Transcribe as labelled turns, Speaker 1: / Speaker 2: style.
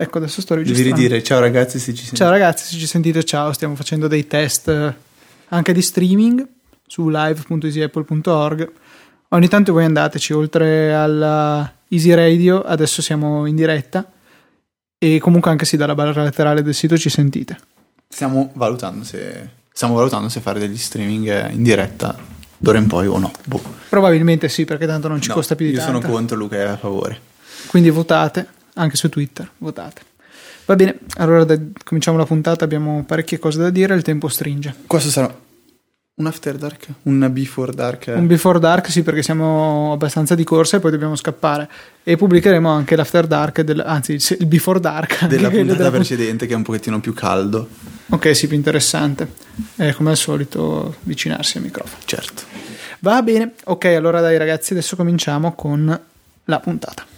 Speaker 1: Ecco, adesso sto
Speaker 2: Devi
Speaker 1: registrando.
Speaker 2: ridire, ciao ragazzi, se ci sentite.
Speaker 1: Ciao ragazzi, se ci sentite, ciao. Stiamo facendo dei test eh, anche di streaming su live.easyapple.org. Ogni tanto voi andateci oltre alla Easy Radio, adesso siamo in diretta. E comunque anche sì, dalla barra laterale del sito ci sentite.
Speaker 2: Stiamo valutando se stiamo valutando se fare degli streaming eh, in diretta d'ora in poi o no. Boh.
Speaker 1: Probabilmente sì, perché tanto non ci
Speaker 2: No,
Speaker 1: costa più di
Speaker 2: Io
Speaker 1: tanto.
Speaker 2: sono contro Luca è a favore.
Speaker 1: Quindi votate, anche su Twitter, votate. Va bene, allora da- cominciamo la puntata, abbiamo parecchie cose da dire, il tempo stringe.
Speaker 2: Questo sarà un after dark, un before dark.
Speaker 1: Un Before Dark, sì, perché siamo abbastanza di corsa e poi dobbiamo scappare. E pubblicheremo anche l'After Dark, del- anzi il, il Before Dark. anche
Speaker 2: della
Speaker 1: quello
Speaker 2: puntata
Speaker 1: della pun-
Speaker 2: precedente che è un pochettino più caldo.
Speaker 1: Ok, sì, più interessante. Eh, come al solito, avvicinarsi al microfono.
Speaker 2: Certo.
Speaker 1: Va bene, ok, allora dai ragazzi, adesso cominciamo con la puntata.